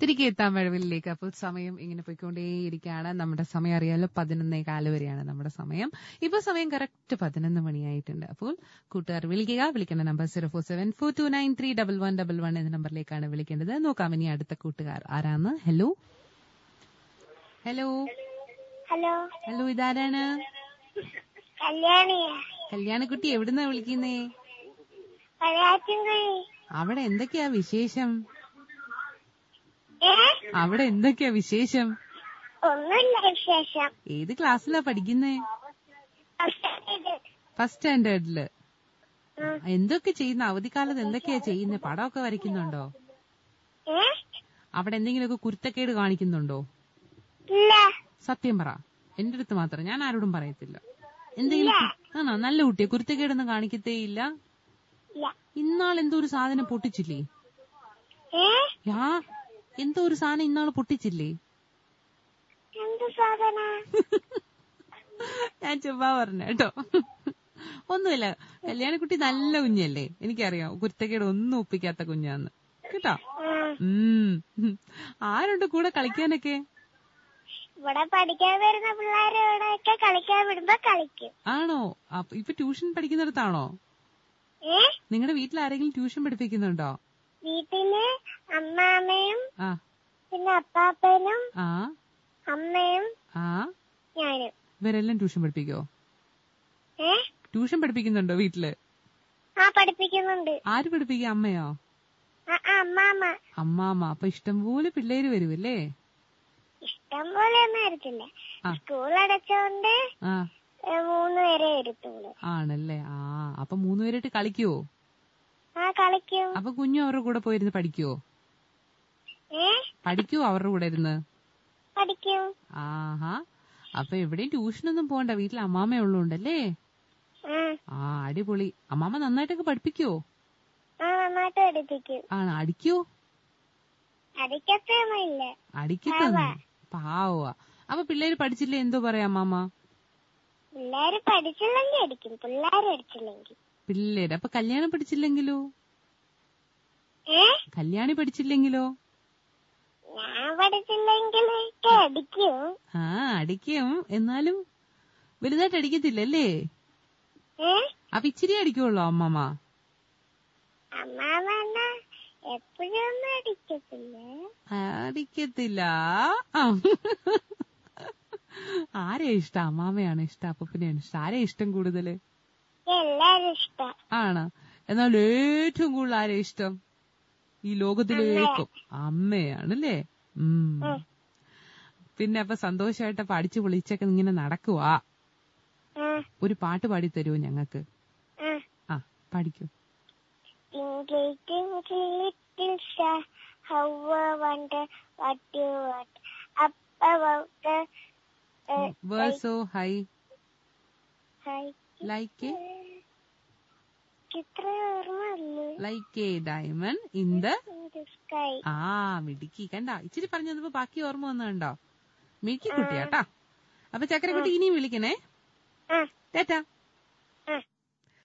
തിരികെ എത്താൻ വഴവിലേക്ക് അപ്പോൾ സമയം ഇങ്ങനെ പോയിക്കൊണ്ടേയിരിക്കുകയാണ് നമ്മുടെ സമയം അറിയാലോ പതിനൊന്നേ കാല് വരെയാണ് നമ്മുടെ സമയം ഇപ്പോൾ സമയം കറക്റ്റ് പതിനൊന്ന് മണിയായിട്ടുണ്ട് അപ്പോൾ കൂട്ടുകാർ വിളിക്കുക വിളിക്കേണ്ട number zero four seven four two nine three double one double one എന്ന നമ്പറിലേക്കാണ് വിളിക്കേണ്ടത് നോക്കാം ഇനി അടുത്ത കൂട്ടുകാർ ആരാന്ന് ഹലോ ഹലോ ഹലോ ഹലോ ഇതാരാണ് കല്യാണിയാ കല്യാണക്കുട്ടി എവിടുന്നാ വിളിക്കുന്നേ പഴയാറ്റിൻകുഴി അവിടെ എന്തൊക്കെയാ വിശേഷം ഏ അവിടെ എന്തൊക്കെയാ വിശേഷം ഒന്നുമില്ല വിശേഷം ഏത് ക്ലാസ്സിലാ പഠിക്കുന്നേ പക്ഷേ ഇത്, ഫസ്റ്റ് സ്റ്റാൻഡേർഡില് ഉം, എന്തൊക്കെ ചെയ്യുന്ന അവധിക്കാലത്ത് എന്തൊക്കെയാ ചെയ്യുന്നത് പടമൊക്കെ വരയ്ക്കുന്നുണ്ടോ ഏ അവിടെ എന്തെങ്കിലുമൊക്കെ കുരുത്തക്കേട് കാണിക്കുന്നുണ്ടോ ഇല്ല സത്യം പറ എന്റെ അടുത്ത് മാത്രം ഞാൻ ആരോടും പറയത്തില്ല എന്തെങ്കിലും കു- ആണോ നല്ല കുട്ടിയെ കുരുത്തക്കേടൊന്നും കാണിക്കത്തേയില്ല ഇല്ല ഇന്നാൾ എന്തോ ഒരു സാധനം പൊട്ടിച്ചില്ലേ ഏ യാ എന്തോ ഒരു സാധനം ഇന്നാൾ പൊട്ടിച്ചില്ലേ എന്ത് സാധന ഞാൻ ചുമ്മാ പറഞ്ഞ കേട്ടോ ഒന്നുമില്ല കല്യാണക്കുട്ടി നല്ല കുഞ്ഞല്ലേ എനിക്കറിയാം കുരുത്തക്കേട് ഒന്നും ഒപ്പിക്കാത്ത കുഞ്ഞാന്ന് കേട്ടോ ഉം. ആരുണ്ട് കൂടെ കളിക്കാനൊക്കെ ഇവിടെ പഠിക്കാൻ വരുന്ന പിള്ളേരോടൊക്കെ കളിക്കാൻ വിടുമ്പോ കളിക്കും ആണോ അപ്പ- ഇപ്പൊ ട്യൂഷൻ പഠിക്കുന്നിടത്താണോ ഏ നിങ്ങളുടെ വീട്ടിൽ ആരെങ്കിലും ട്യൂഷൻ പഠിപ്പിക്കുന്നുണ്ടോ വീട്ടില് അമ്മാമ്മയും ആ പിന്നെ അപ്പാപ്പനും ആ അമ്മയും ആ ഞാനും ഇവരെല്ലാം ട്യൂഷൻ പഠിപ്പിക്കോ ഏ ട്യൂഷൻ പഠിപ്പിക്കുന്നുണ്ടോ വീട്ടില് ആ പഠിപ്പിക്കുന്നുണ്ട് ആര് പഠിപ്പിക്കുക അമ്മയോ ആ ആ, അമ്മാമ്മ അമ്മാമ്മ അപ്പൊ ഇഷ്ടംപോലെ പിള്ളേര് വരും അല്ലേ ഇഷ്ടം പോലെ ഒന്നും വരത്തില്ല ആ. സ്കൂൾ അടച്ചോണ്ട് ആ ഏ, മൂന്ന് പേരെ വരുത്തുള്ളൂ ആണല്ലേ ആ അപ്പൊ മൂന്നുപേരായിട്ട് കളിക്കുവോ ആ കളിക്കും അപ്പൊ കുഞ്ഞു അവരുടെ കൂടെ പോയിരുന്ന് പഠിക്കുവോ ഏ പഠിക്കുവോ അവരുടെ കൂടെ ഇരുന്ന് പഠിക്കും ആഹാ അപ്പൊ എവിടെയും ട്യൂഷനൊന്നും പോകണ്ട വീട്ടിൽ അമ്മാമ്മ ഉള്ളതുകൊണ്ടല്ലേ ഉം. ആ അടിപൊളി അമ്മാമ്മ നന്നായിട്ടൊക്കെ പഠിപ്പിക്കുവോ ആ നന്നായിട്ട് പഠിപ്പിക്കും ആണ് അടിക്കോ അടിക്കത്തൊന്നുമില്ല അടിക്കത്തോ പാവ അപ്പൊ പിള്ളേര് പഠിച്ചില്ലേ എന്തോ പറയാ മാമ പിള്ളേര് പഠിച്ചില്ലെങ്കിൽ അടിക്കും പിള്ളേര് അടിച്ചില്ലെങ്കിൽ പിള്ളേര് അപ്പൊ കല്യാണം പഠിച്ചില്ലെങ്കിലോ ഏ കല്യാണി പഠിച്ചില്ലെങ്കിലോ ഞാൻ പഠിച്ചില്ലെങ്കിൽ അടിക്കും ആ അടിക്കും എന്നാലും വലുതായിട്ട് അടിക്കത്തില്ലല്ലേ ഏ അപ്പൊ ഇച്ചിരി അടിക്കുള്ളോ അമ്മമ്മ അമ്മാമ്മ എന്നാ എപ്പോഴും ഒന്നും അടിക്കത്തില്ല അടിക്കത്തില്ല ആ. ആരെയാ ഇഷ്ടം അമ്മാമയാണ് ഇഷ്ടം അപ്പൂപ്പനെയാണ് ഇഷ്ടം ആരെയാ ഇഷ്ടം കൂടുതല് എല്ലാരും ഇഷ്ടം ആണ് എന്നാൽ ഏറ്റവും കൂടുതൽ ആരെ ഇഷ്ടം ഈ ലോകത്തിലേക്കും അമ്മയാണല്ലേ ഉം. പിന്നെ അപ്പൊ സന്തോഷമായിട്ട് അപ്പൊ അടിച്ചു പൊളിച്ചൊക്കെ ഇങ്ങനെ നടക്കുവാ ആ ഒരു പാട്ട് പാടി തരുമോ ഞങ്ങക്ക് ആ ആ പാടിക്കോ Engaging little star, how I wonder what you want up above the uh, where so high high. Like Chithra ഓർമ്മയല്ലേ like a diamond in the sky ആ മിടുക്കി കണ്ട ഇച്ചിരി പറഞ്ഞു തന്നപ്പോ ബാക്കി ഓർമ്മ വന്നുണ്ടോ മിടുക്കി കുട്ടിയാട്ടാ അപ്പൊ ചക്കരക്കുട്ടി ഇനിയും വിളിക്കണേ ആ ടാറ്റാ